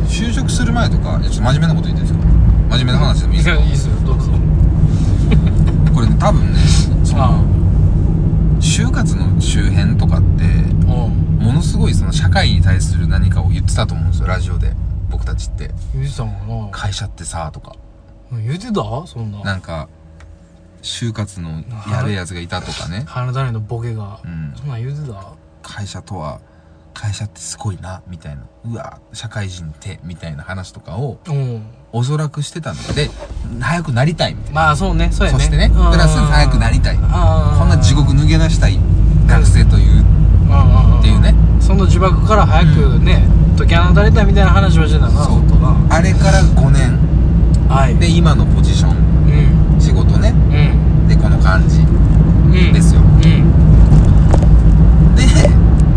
[SPEAKER 2] 就職する前とかいやちょっと真面目なこと言っていいですか真面目な話でもいいです
[SPEAKER 1] や
[SPEAKER 2] か
[SPEAKER 1] いいっすよどうぞ
[SPEAKER 2] これね多分ねそ
[SPEAKER 1] あ
[SPEAKER 2] の就活の周辺とかって
[SPEAKER 1] うん
[SPEAKER 2] ものすごいその社会に対する何かを言ってたと思うんですよラジオで僕たちって
[SPEAKER 1] 言うてたのか
[SPEAKER 2] 会社ってさとか
[SPEAKER 1] な言うてたそんな
[SPEAKER 2] なんか就活のやべえやつがいたとかね、
[SPEAKER 1] 花谷のボケが、
[SPEAKER 2] うん、
[SPEAKER 1] そんなん言うてた
[SPEAKER 2] 会社とは会社ってすごいなみたいなうわ社会人ってみたいな話とかを
[SPEAKER 1] うん
[SPEAKER 2] おそらくしてたので早くなりたいみたいな、
[SPEAKER 1] まあそうねそうやね
[SPEAKER 2] そしてねだからすぐ早くなりたいこん
[SPEAKER 1] こ
[SPEAKER 2] な地獄抜け出したい学生というっていうね
[SPEAKER 1] その呪縛から早くね、解き放たれたみたいな話をしてたな
[SPEAKER 2] そう
[SPEAKER 1] とな
[SPEAKER 2] あれから5年
[SPEAKER 1] はい
[SPEAKER 2] で今のポジション
[SPEAKER 1] うん
[SPEAKER 2] 仕事ね
[SPEAKER 1] うん
[SPEAKER 2] でこの感じ
[SPEAKER 1] うん
[SPEAKER 2] ですよ
[SPEAKER 1] うん
[SPEAKER 2] で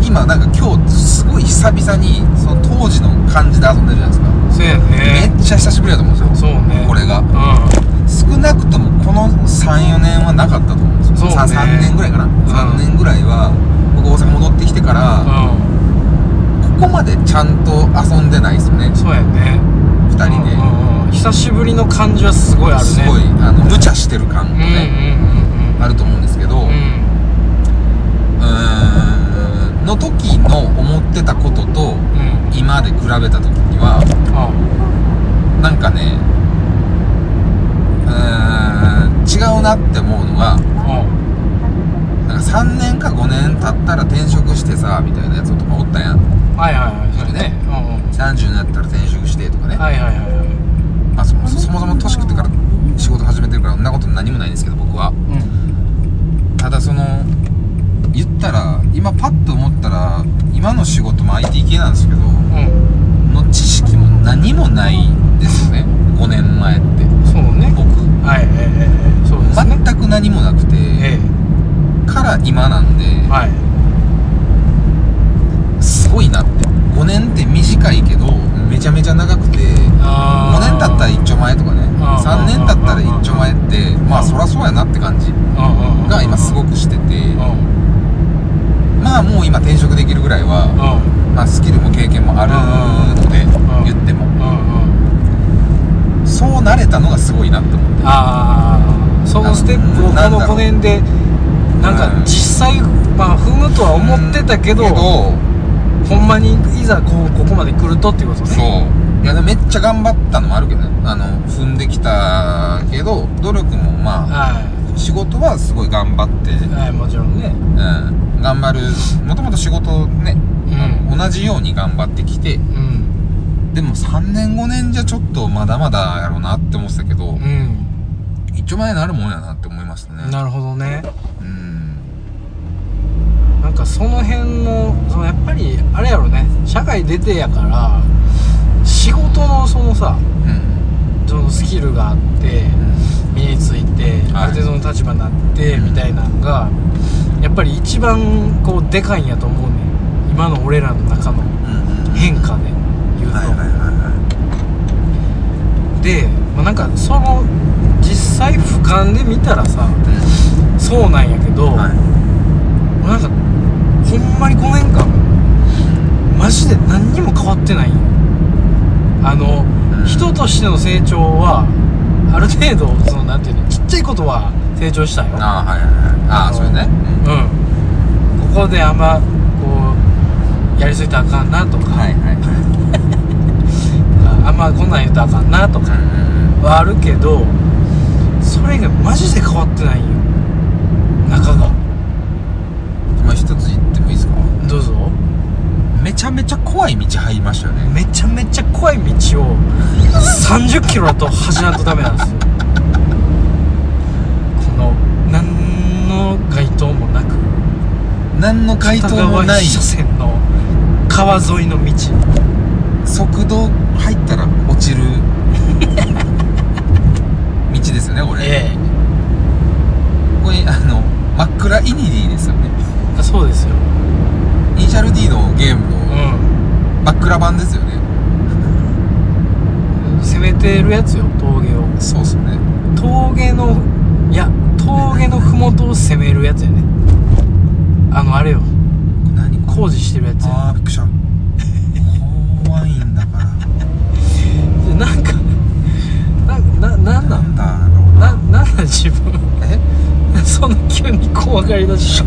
[SPEAKER 2] 今なんか今日すごい久々にその当時の感じで遊んでるじゃないですか、
[SPEAKER 1] そうやね
[SPEAKER 2] めっちゃ久しぶりだと思うんです
[SPEAKER 1] そう
[SPEAKER 2] よ
[SPEAKER 1] ね
[SPEAKER 2] これが少なくともこの34年はなかったと思うんですよ
[SPEAKER 1] そうね
[SPEAKER 2] さ3年ぐらいかな、3年ぐらいは僕大阪戻ってきてから、
[SPEAKER 1] うん
[SPEAKER 2] ここまでちゃんと遊んでないですよね
[SPEAKER 1] うんそうやね
[SPEAKER 2] 2人で、
[SPEAKER 1] うんうんうん久しぶりの感じはすごいあるね
[SPEAKER 2] すごいあの無茶してる感
[SPEAKER 1] う
[SPEAKER 2] も
[SPEAKER 1] んうん
[SPEAKER 2] ね、
[SPEAKER 1] うんうん
[SPEAKER 2] あると思うんですけど、う
[SPEAKER 1] う
[SPEAKER 2] ー
[SPEAKER 1] ん
[SPEAKER 2] んの時の思ってたこと
[SPEAKER 1] う
[SPEAKER 2] と
[SPEAKER 1] ん
[SPEAKER 2] 今で比べた時には
[SPEAKER 1] あ
[SPEAKER 2] なんかねうーん違うなって思うのが
[SPEAKER 1] あ
[SPEAKER 2] なんか3年か5年経ったら転職してさみたいなやつとかおったやん
[SPEAKER 1] はいはいはいそうやねうんうん
[SPEAKER 2] 30になったら転職してとかね、
[SPEAKER 1] はいはいはいはい
[SPEAKER 2] まあ、そもそもそも年食ってから仕事始めてるからそんなこと何もないんですけど僕は
[SPEAKER 1] うん
[SPEAKER 2] ただその言ったら今パッと思ったら今の仕事も IT 系なんですけど
[SPEAKER 1] うん
[SPEAKER 2] の知識も何もないですよね5年前って
[SPEAKER 1] そうね
[SPEAKER 2] 僕
[SPEAKER 1] はいええええそうですね
[SPEAKER 2] 全く何もなくて、
[SPEAKER 1] え
[SPEAKER 2] から今なんで、
[SPEAKER 1] えはい
[SPEAKER 2] すごいなって5年って短いけどめちゃめちゃ長くて5
[SPEAKER 1] 5
[SPEAKER 2] 年経ったら一丁前とかね
[SPEAKER 1] あー
[SPEAKER 2] 3年経ったら一丁前ってまあそらそうやなって感じが今すごくしてて
[SPEAKER 1] うん
[SPEAKER 2] まあもう今転職できるぐらいは
[SPEAKER 1] うんうん
[SPEAKER 2] まあ、スキルも経験もあるので
[SPEAKER 1] ん
[SPEAKER 2] 言っても
[SPEAKER 1] うん
[SPEAKER 2] そうなれたのがすごいなって思う
[SPEAKER 1] ああそのステップをこ
[SPEAKER 2] なん
[SPEAKER 1] の
[SPEAKER 2] だろ
[SPEAKER 1] 5
[SPEAKER 2] う
[SPEAKER 1] 年でなん
[SPEAKER 2] う
[SPEAKER 1] か
[SPEAKER 2] ん
[SPEAKER 1] 実際まあ踏むとは思ってたけど
[SPEAKER 2] けど
[SPEAKER 1] ほんまにいざこうここまで来るとっていうことね
[SPEAKER 2] そういやでもめっちゃ頑張ったのもあるけどねあの踏んできたけど努力もまあ
[SPEAKER 1] は
[SPEAKER 2] 仕事はすごい頑張って、
[SPEAKER 1] いはいもちろんね
[SPEAKER 2] うん、頑張るもともと仕事ね、
[SPEAKER 1] う
[SPEAKER 2] 同じように頑張ってきて
[SPEAKER 1] うん
[SPEAKER 2] でも3年5年じゃちょっとまだまだやろうなって思ってたけど、
[SPEAKER 1] うん
[SPEAKER 2] 一丁前になるもんやなって思いましたね
[SPEAKER 1] なるほどね
[SPEAKER 2] うん
[SPEAKER 1] なんかその辺のそのやっぱりあれやろね社会出てやから仕事のそのさ
[SPEAKER 2] うん
[SPEAKER 1] そのスキルがあって身について、
[SPEAKER 2] は
[SPEAKER 1] あ
[SPEAKER 2] い
[SPEAKER 1] る程度の立場になってみたいなのがやっぱり一番こうでかいんやと思うねん今の俺らの中の
[SPEAKER 2] うんうん
[SPEAKER 1] 変化で言うと、
[SPEAKER 2] はいはいはいは
[SPEAKER 1] で、まあ、なんかその実際俯瞰で見たらさ
[SPEAKER 2] いうん
[SPEAKER 1] そうなんやけど、
[SPEAKER 2] はい
[SPEAKER 1] もうなんかほんまに5年間マジで何にも変わってないよあの、
[SPEAKER 2] うん
[SPEAKER 1] 人としての成長はある程度そのなんていうのちっちゃいことは成長したよ
[SPEAKER 2] ああはいはいはいああそうよね
[SPEAKER 1] うんここであんまこうやりすぎたらあかんなとか、
[SPEAKER 2] はいはいはい
[SPEAKER 1] あんまこんなん言うたらあかんなと
[SPEAKER 2] う
[SPEAKER 1] か
[SPEAKER 2] ん
[SPEAKER 1] はあるけどそれがマジで変わってないよ中が
[SPEAKER 2] 今一つ言ってもいいですか
[SPEAKER 1] どうぞ
[SPEAKER 2] めちゃめちゃ怖い道入りましたよね
[SPEAKER 1] めちゃめちゃ怖い道を3 0キロだと走らんとダメなんですよこの何の街灯もなく
[SPEAKER 2] 何の街
[SPEAKER 1] 片
[SPEAKER 2] 灯も
[SPEAKER 1] 側
[SPEAKER 2] ない
[SPEAKER 1] 一車線の川沿いの道
[SPEAKER 2] 速度入ったら落ちる道ですよねこれ、
[SPEAKER 1] え
[SPEAKER 2] こにあの真っ暗イニディですよね
[SPEAKER 1] あそうですよ
[SPEAKER 2] イニシャル D のゲームの
[SPEAKER 1] う
[SPEAKER 2] 真っ暗版ですよね
[SPEAKER 1] ん攻めてるやつよ峠を
[SPEAKER 2] そうっすね
[SPEAKER 1] 峠のいや峠の麓を攻めるやつやねあのあれよ
[SPEAKER 2] 何これ
[SPEAKER 1] 工事してるやつや
[SPEAKER 2] あーびっくりした怖いんだから
[SPEAKER 1] なんかなななんなん
[SPEAKER 2] だろう
[SPEAKER 1] ななんなん自分
[SPEAKER 2] え
[SPEAKER 1] そんな急に怖がりだしょ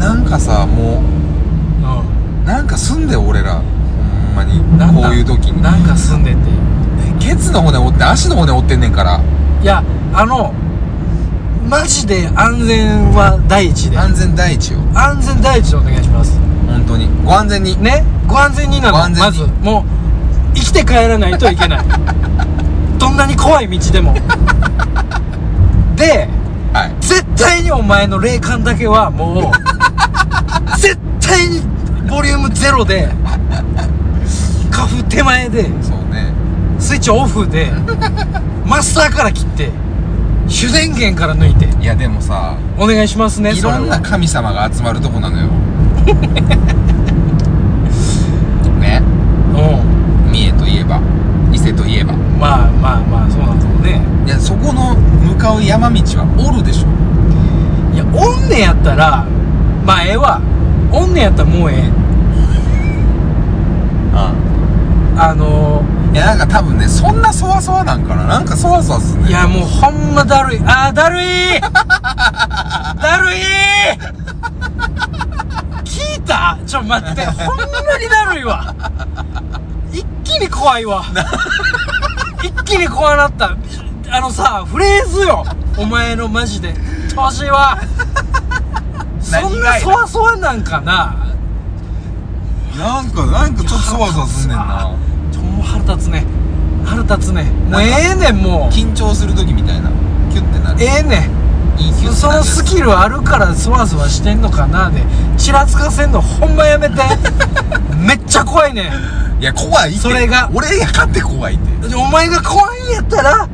[SPEAKER 2] なんかさ
[SPEAKER 1] う
[SPEAKER 2] もうなんかすんで俺らほんまに
[SPEAKER 1] んなん
[SPEAKER 2] こういう時に
[SPEAKER 1] なんか住んでて
[SPEAKER 2] ケツの骨折って足の骨折ってんねんから
[SPEAKER 1] いやあのマジで安全は第一で
[SPEAKER 2] 安全第一よ
[SPEAKER 1] 安全第一でお願いします
[SPEAKER 2] 本当にご安全に
[SPEAKER 1] ねご安全にな
[SPEAKER 2] ご
[SPEAKER 1] の
[SPEAKER 2] 安
[SPEAKER 1] ま
[SPEAKER 2] 全に
[SPEAKER 1] ずもう生きて帰らないといけない どんなに怖い道でもで
[SPEAKER 2] はい
[SPEAKER 1] 絶対にお前の霊感だけは もう絶対にボリュームゼロ でカフ手前で
[SPEAKER 2] そうね
[SPEAKER 1] スイッチオフ でマスターから切って主電源から抜いて
[SPEAKER 2] いやでもさ
[SPEAKER 1] お願いしますね
[SPEAKER 2] いろんな
[SPEAKER 1] それは
[SPEAKER 2] 神様が集まるとこ なのよね三重といえば伊勢といえば
[SPEAKER 1] うんまあまあまあそうなんですよね
[SPEAKER 2] いやそこの向かう山道はおるでしょ
[SPEAKER 1] いやおんねやったらまあええわおんねやったらもうええ
[SPEAKER 2] う
[SPEAKER 1] あの
[SPEAKER 2] んいやなんか多分ねそんなそわそわなんかななんかそわそわすんね
[SPEAKER 1] ー、いやもうほんまだるいあーだるい だるい聞いたちょ待ってほんまにだるいわ一気に怖いわ 一気に怖なったあのさフレーズよお前のマジで年はそん
[SPEAKER 2] 何が
[SPEAKER 1] な
[SPEAKER 2] や
[SPEAKER 1] そわそわなんかな
[SPEAKER 2] なんかなんかちょっとそわそわすんねんな
[SPEAKER 1] ちょもう腹立つね腹立つねもうええねんもう
[SPEAKER 2] 緊張する時みたいなキュッてなる
[SPEAKER 1] ええねん
[SPEAKER 2] いいキュッてなる
[SPEAKER 1] そのスキルあるからそわそわしてんのかなでちらつかせんのほんまやめ てめっちゃ怖いねん
[SPEAKER 2] いや怖いって
[SPEAKER 1] それが
[SPEAKER 2] 俺やかって怖いって
[SPEAKER 1] お前が怖いんやった ら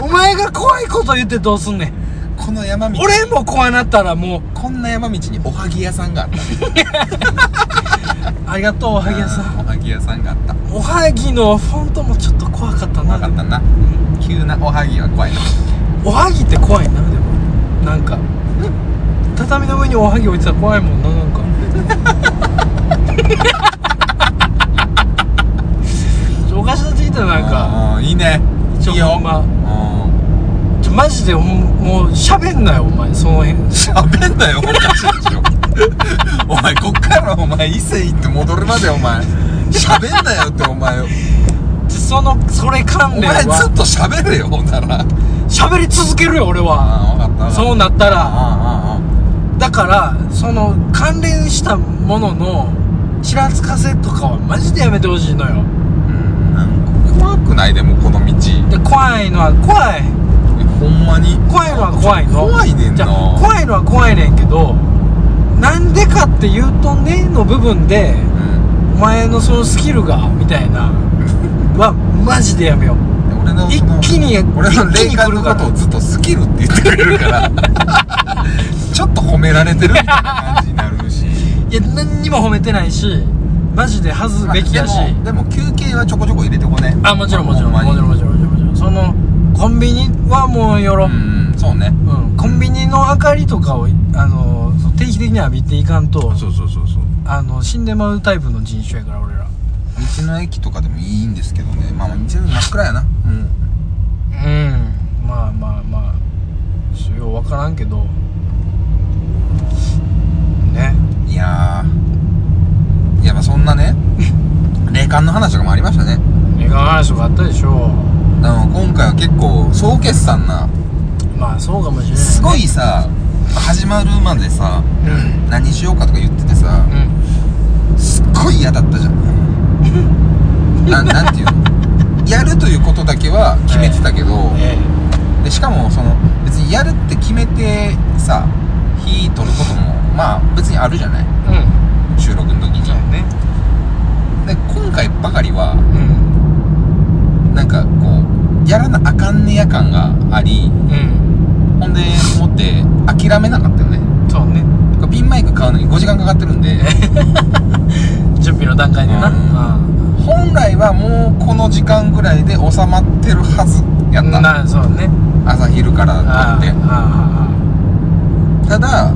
[SPEAKER 1] お前が怖いこと言ってどうすんねん
[SPEAKER 2] この山道
[SPEAKER 1] 俺も怖なったらもう
[SPEAKER 2] こんな山道におはぎ屋さんがあった
[SPEAKER 1] ありがとうおはぎ屋さん
[SPEAKER 2] おはぎ屋さんがあった
[SPEAKER 1] おはぎのフォントもちょっと怖かったな
[SPEAKER 2] 怖かったな
[SPEAKER 1] うん
[SPEAKER 2] 急なおはぎは怖いな
[SPEAKER 1] おはぎって怖いなでもなんか畳の上におはぎ置いてたら怖いもんななんかちょおかしなってきたなんか
[SPEAKER 2] かいいね
[SPEAKER 1] ちょ
[SPEAKER 2] いいよ
[SPEAKER 1] ほんま
[SPEAKER 2] うん
[SPEAKER 1] ちょマジでほんもう喋んなよお前その辺
[SPEAKER 2] 喋んなよお前たちたちをお前こっからお前伊勢行って戻るまでお前喋んなよってお前
[SPEAKER 1] そのそれ関
[SPEAKER 2] お
[SPEAKER 1] 連
[SPEAKER 2] 前ず
[SPEAKER 1] は
[SPEAKER 2] っと喋れよほんなら
[SPEAKER 1] 喋り続けるよ俺は
[SPEAKER 2] ああ分かった
[SPEAKER 1] そうなったら
[SPEAKER 2] ああ
[SPEAKER 1] だからその関連したもののちらつかせとかはマジでやめてほしいのよ
[SPEAKER 2] うんなんか怖くないでもこの道
[SPEAKER 1] で怖いのは怖い
[SPEAKER 2] ほんまに
[SPEAKER 1] 怖いのは怖いの
[SPEAKER 2] 怖いねん
[SPEAKER 1] じ
[SPEAKER 2] な
[SPEAKER 1] ゃあ怖いのは怖いねんけどなんでかって言うとねの部分でお
[SPEAKER 2] うん
[SPEAKER 1] 前のそのスキルがみたいなはマジでやめよう
[SPEAKER 2] 俺の
[SPEAKER 1] 一
[SPEAKER 2] その
[SPEAKER 1] 気に
[SPEAKER 2] 俺の
[SPEAKER 1] 一気
[SPEAKER 2] 霊
[SPEAKER 1] に来
[SPEAKER 2] 感
[SPEAKER 1] る
[SPEAKER 2] の
[SPEAKER 1] か
[SPEAKER 2] こ
[SPEAKER 1] ら
[SPEAKER 2] とをずっとスキルって言ってくれるから ちょっと褒められてるみたいな感じになるし
[SPEAKER 1] いや何にも褒めてないしマジで恥ずべきだし
[SPEAKER 2] でもでも休憩はちょこちょこ入れてこね
[SPEAKER 1] あもちろんもちろん
[SPEAKER 2] ほ
[SPEAKER 1] も
[SPEAKER 2] まに
[SPEAKER 1] ちろんもちろんもちろんもちろんそのコンビニはもうよろ、
[SPEAKER 2] うんうんそうね
[SPEAKER 1] うん、コンビニの明かりとかをあのそう定期的に浴びていかんと
[SPEAKER 2] そうそうそうそう
[SPEAKER 1] あの死んでまうタイプの人種やから俺ら
[SPEAKER 2] 道の駅とかでもいいんですけどねまあまあ道の駅真っ暗やなう
[SPEAKER 1] う
[SPEAKER 2] ん
[SPEAKER 1] んまあまあまあそれよう分からんけどね
[SPEAKER 2] いやーいやまあそん なね霊感の話とかもありましたね
[SPEAKER 1] 映画話とかあったでしょ
[SPEAKER 2] あの今回は結構総決算な
[SPEAKER 1] まあそうかもしれない、ね、
[SPEAKER 2] すごいさ始まるまでさ
[SPEAKER 1] うん
[SPEAKER 2] 何しようかとか言っててさ
[SPEAKER 1] うん
[SPEAKER 2] すっごい嫌だったじゃん ななんていうのやるということだけは決めてたけど、
[SPEAKER 1] え
[SPEAKER 2] でしかもその別にやるって決めてさ火取ることもまあ別にあるじゃない
[SPEAKER 1] えうん
[SPEAKER 2] 収録の時に
[SPEAKER 1] そうやね
[SPEAKER 2] で今回ばかりは
[SPEAKER 1] うん
[SPEAKER 2] なんかこうやらなあかんねや感があり
[SPEAKER 1] うん
[SPEAKER 2] ほんで持って諦めなかったよね
[SPEAKER 1] そうね
[SPEAKER 2] なんかピンマイク買うのに5時間かかってるんで
[SPEAKER 1] 準備の段階でな
[SPEAKER 2] う
[SPEAKER 1] う
[SPEAKER 2] ん
[SPEAKER 1] ん
[SPEAKER 2] 本来はもうこの時間ぐらいで収まってるはずやったの
[SPEAKER 1] なそうね
[SPEAKER 2] 朝昼から
[SPEAKER 1] あ
[SPEAKER 2] だって
[SPEAKER 1] あ
[SPEAKER 2] ただ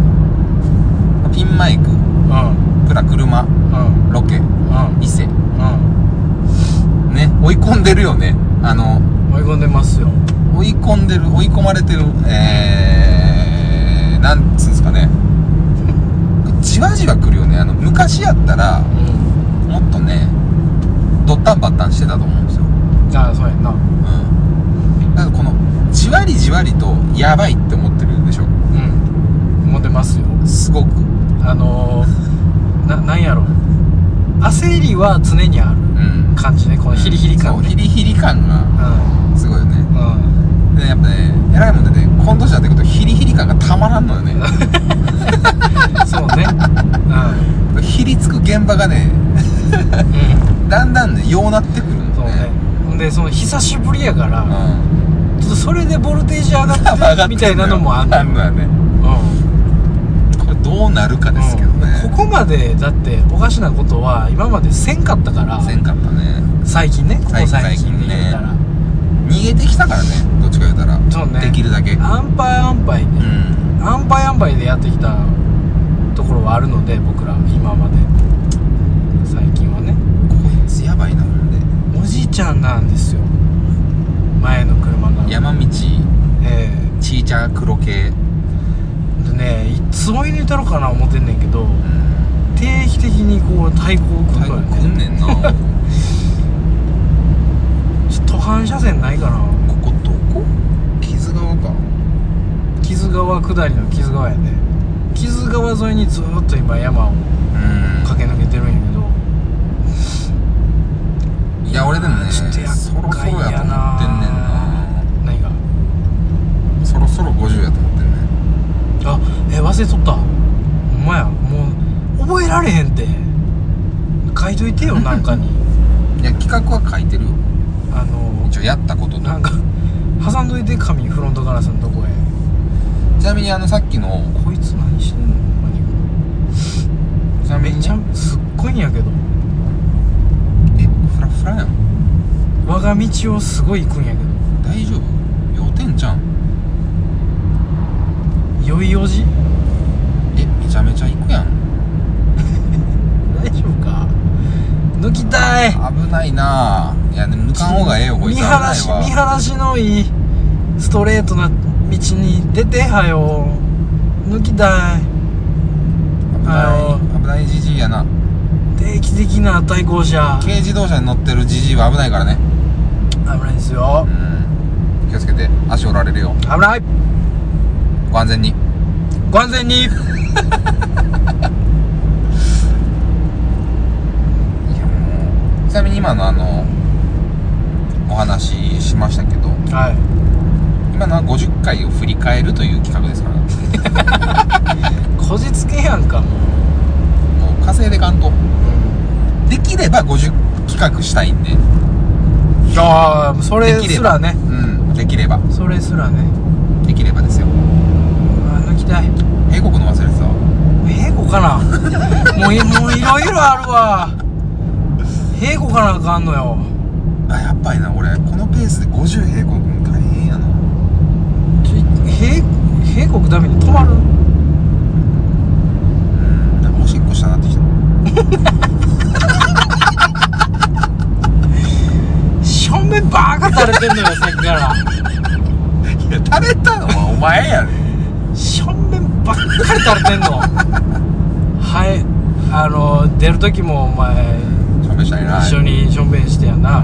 [SPEAKER 2] ピンマイク
[SPEAKER 1] あああ
[SPEAKER 2] プラ車
[SPEAKER 1] うん
[SPEAKER 2] ロケ
[SPEAKER 1] うん
[SPEAKER 2] 伊勢
[SPEAKER 1] うん
[SPEAKER 2] ね追い込んでるよねあの
[SPEAKER 1] うん追い込んでますよ
[SPEAKER 2] 追い込んでる追い込まれてるえー、なんつうんですかねじわじわ来るよねあの昔やったら
[SPEAKER 1] うん
[SPEAKER 2] もっとねドッタンバッタンしてたと思うんですよ
[SPEAKER 1] ああそうやんな
[SPEAKER 2] うんだからこのじわりじわりとやばいって思ってるでしょ
[SPEAKER 1] うん思ってますよ
[SPEAKER 2] すごく
[SPEAKER 1] あのー、ななんやろ焦りは常にある
[SPEAKER 2] うん
[SPEAKER 1] 感じねこのヒリヒリ
[SPEAKER 2] そ
[SPEAKER 1] 感
[SPEAKER 2] う
[SPEAKER 1] ね
[SPEAKER 2] ヒリヒリ感がすごいよね
[SPEAKER 1] うんうん
[SPEAKER 2] でやっぱねえらいもんでね今年になってくるとヒリヒリ感がたまらんの よね
[SPEAKER 1] そうね
[SPEAKER 2] ヒリつく現場がね
[SPEAKER 1] うんうん
[SPEAKER 2] だんだんねようなってくるんで
[SPEAKER 1] そうねほんでその久しぶりやから、
[SPEAKER 2] うん
[SPEAKER 1] ちょっとそれでボルテージ上がっ
[SPEAKER 2] 上がって
[SPEAKER 1] てるみたいなのもあん
[SPEAKER 2] の
[SPEAKER 1] の
[SPEAKER 2] よあんのはね
[SPEAKER 1] うん
[SPEAKER 2] これどうなるかですけど
[SPEAKER 1] うん
[SPEAKER 2] ね
[SPEAKER 1] ここまでだっておかしなことは今までせんかったから
[SPEAKER 2] せんかったね
[SPEAKER 1] 最近ねここ
[SPEAKER 2] 最近
[SPEAKER 1] 最近で言ったら、
[SPEAKER 2] 逃げてきたからねどっちか言うたら
[SPEAKER 1] そうね
[SPEAKER 2] できるだけ
[SPEAKER 1] アンパイアンパイ
[SPEAKER 2] う
[SPEAKER 1] ね
[SPEAKER 2] ん
[SPEAKER 1] アンパイアンパイでやってきたところはあるので僕ら今まで最近はね
[SPEAKER 2] こいつやばいなほんで
[SPEAKER 1] おじいちゃんなんですよ前の車が
[SPEAKER 2] 山道
[SPEAKER 1] え
[SPEAKER 2] ちいちゃ黒系
[SPEAKER 1] えでねいつも入れてるかな思ってんねんけど
[SPEAKER 2] うん
[SPEAKER 1] 定期的にこう対抗来るのよ
[SPEAKER 2] くん
[SPEAKER 1] ね
[SPEAKER 2] ねんなこ
[SPEAKER 1] ちょっと途半車線ないかな
[SPEAKER 2] こどこ木津川か
[SPEAKER 1] 木津川下りの木津川やね木津川沿いにずーっと今山を
[SPEAKER 2] うん
[SPEAKER 1] 駆け抜けてるんやけど
[SPEAKER 2] いや俺でもね
[SPEAKER 1] ちょっと厄
[SPEAKER 2] そろそろ
[SPEAKER 1] 介
[SPEAKER 2] やと
[SPEAKER 1] や
[SPEAKER 2] 思
[SPEAKER 1] な
[SPEAKER 2] ってんねんな
[SPEAKER 1] 何が
[SPEAKER 2] そろそろ50やと思ってんねん
[SPEAKER 1] あえ忘れとったほんまやもう覚えられへんって書いといて よなんかに
[SPEAKER 2] いや企画は書いてるよ
[SPEAKER 1] あの
[SPEAKER 2] 一応やったことと
[SPEAKER 1] なんか挟んどいて紙フロントガラスのとこへ
[SPEAKER 2] ちなみにあのさっきの
[SPEAKER 1] こいつ何してんのほんまに
[SPEAKER 2] ちなみに
[SPEAKER 1] めちゃすっごいんやけど
[SPEAKER 2] えフラフラやん
[SPEAKER 1] 我が道をすごい行くんやけど
[SPEAKER 2] 大丈夫要点じゃん
[SPEAKER 1] 酔いおじ
[SPEAKER 2] えめちゃめちゃ行くやん
[SPEAKER 1] 大丈夫か抜きたい
[SPEAKER 2] 危ないなあいやでも抜かん方がええよこいつ
[SPEAKER 1] 見
[SPEAKER 2] 危
[SPEAKER 1] 晴
[SPEAKER 2] ない
[SPEAKER 1] らし見
[SPEAKER 2] わ
[SPEAKER 1] 晴らしのいいストレートな道に出てはよ抜きたい
[SPEAKER 2] 危ない危ないじじいやな
[SPEAKER 1] 定期的な対向車
[SPEAKER 2] 軽自動車に乗ってるじじいは危ないからね
[SPEAKER 1] 危ないですよ
[SPEAKER 2] うん気をつけて足折られるよ
[SPEAKER 1] 危ない
[SPEAKER 2] ご安全に
[SPEAKER 1] ご安全に
[SPEAKER 2] いやもうちなみに今のあのお話ししましたけど
[SPEAKER 1] はい
[SPEAKER 2] 今のは50回を振り返るという企画ですからも
[SPEAKER 1] こじつけやんかもう
[SPEAKER 2] う稼いでかんとできれば50企画したいんで
[SPEAKER 1] いやーそれ
[SPEAKER 2] でき
[SPEAKER 1] す
[SPEAKER 2] れば
[SPEAKER 1] らね
[SPEAKER 2] うんできれば
[SPEAKER 1] それすらね
[SPEAKER 2] できればですよ
[SPEAKER 1] あ抜きたい
[SPEAKER 2] 英国の忘れてたわ
[SPEAKER 1] 平子かなもう いもういろいろあるわ平子かなあかんのよ
[SPEAKER 2] あやっぱりな俺このペースで50平行くの大変やな
[SPEAKER 1] ちょ平平子ダメに止まる
[SPEAKER 2] うんなんかおしっこしたなってきた
[SPEAKER 1] 正面バーカ垂れてん のよさっきから
[SPEAKER 2] いや垂れたのはお前やで
[SPEAKER 1] 正面ばっかり垂れてんの はいあの出る時もお前
[SPEAKER 2] しゃべしたいな
[SPEAKER 1] 一緒にしょんべんしてやな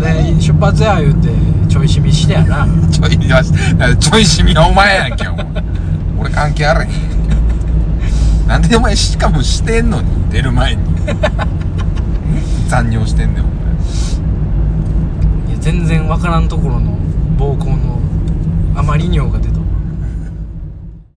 [SPEAKER 1] で出発や言うてちょいしみしてやな
[SPEAKER 2] ちょいいやちょいしみはお前やんけお前俺関係あらへんやんけなんでお前しかもしてんのに出る前に 残尿してんねんお
[SPEAKER 1] い
[SPEAKER 2] 前
[SPEAKER 1] や全然わからんところの膀胱のあまり尿が出て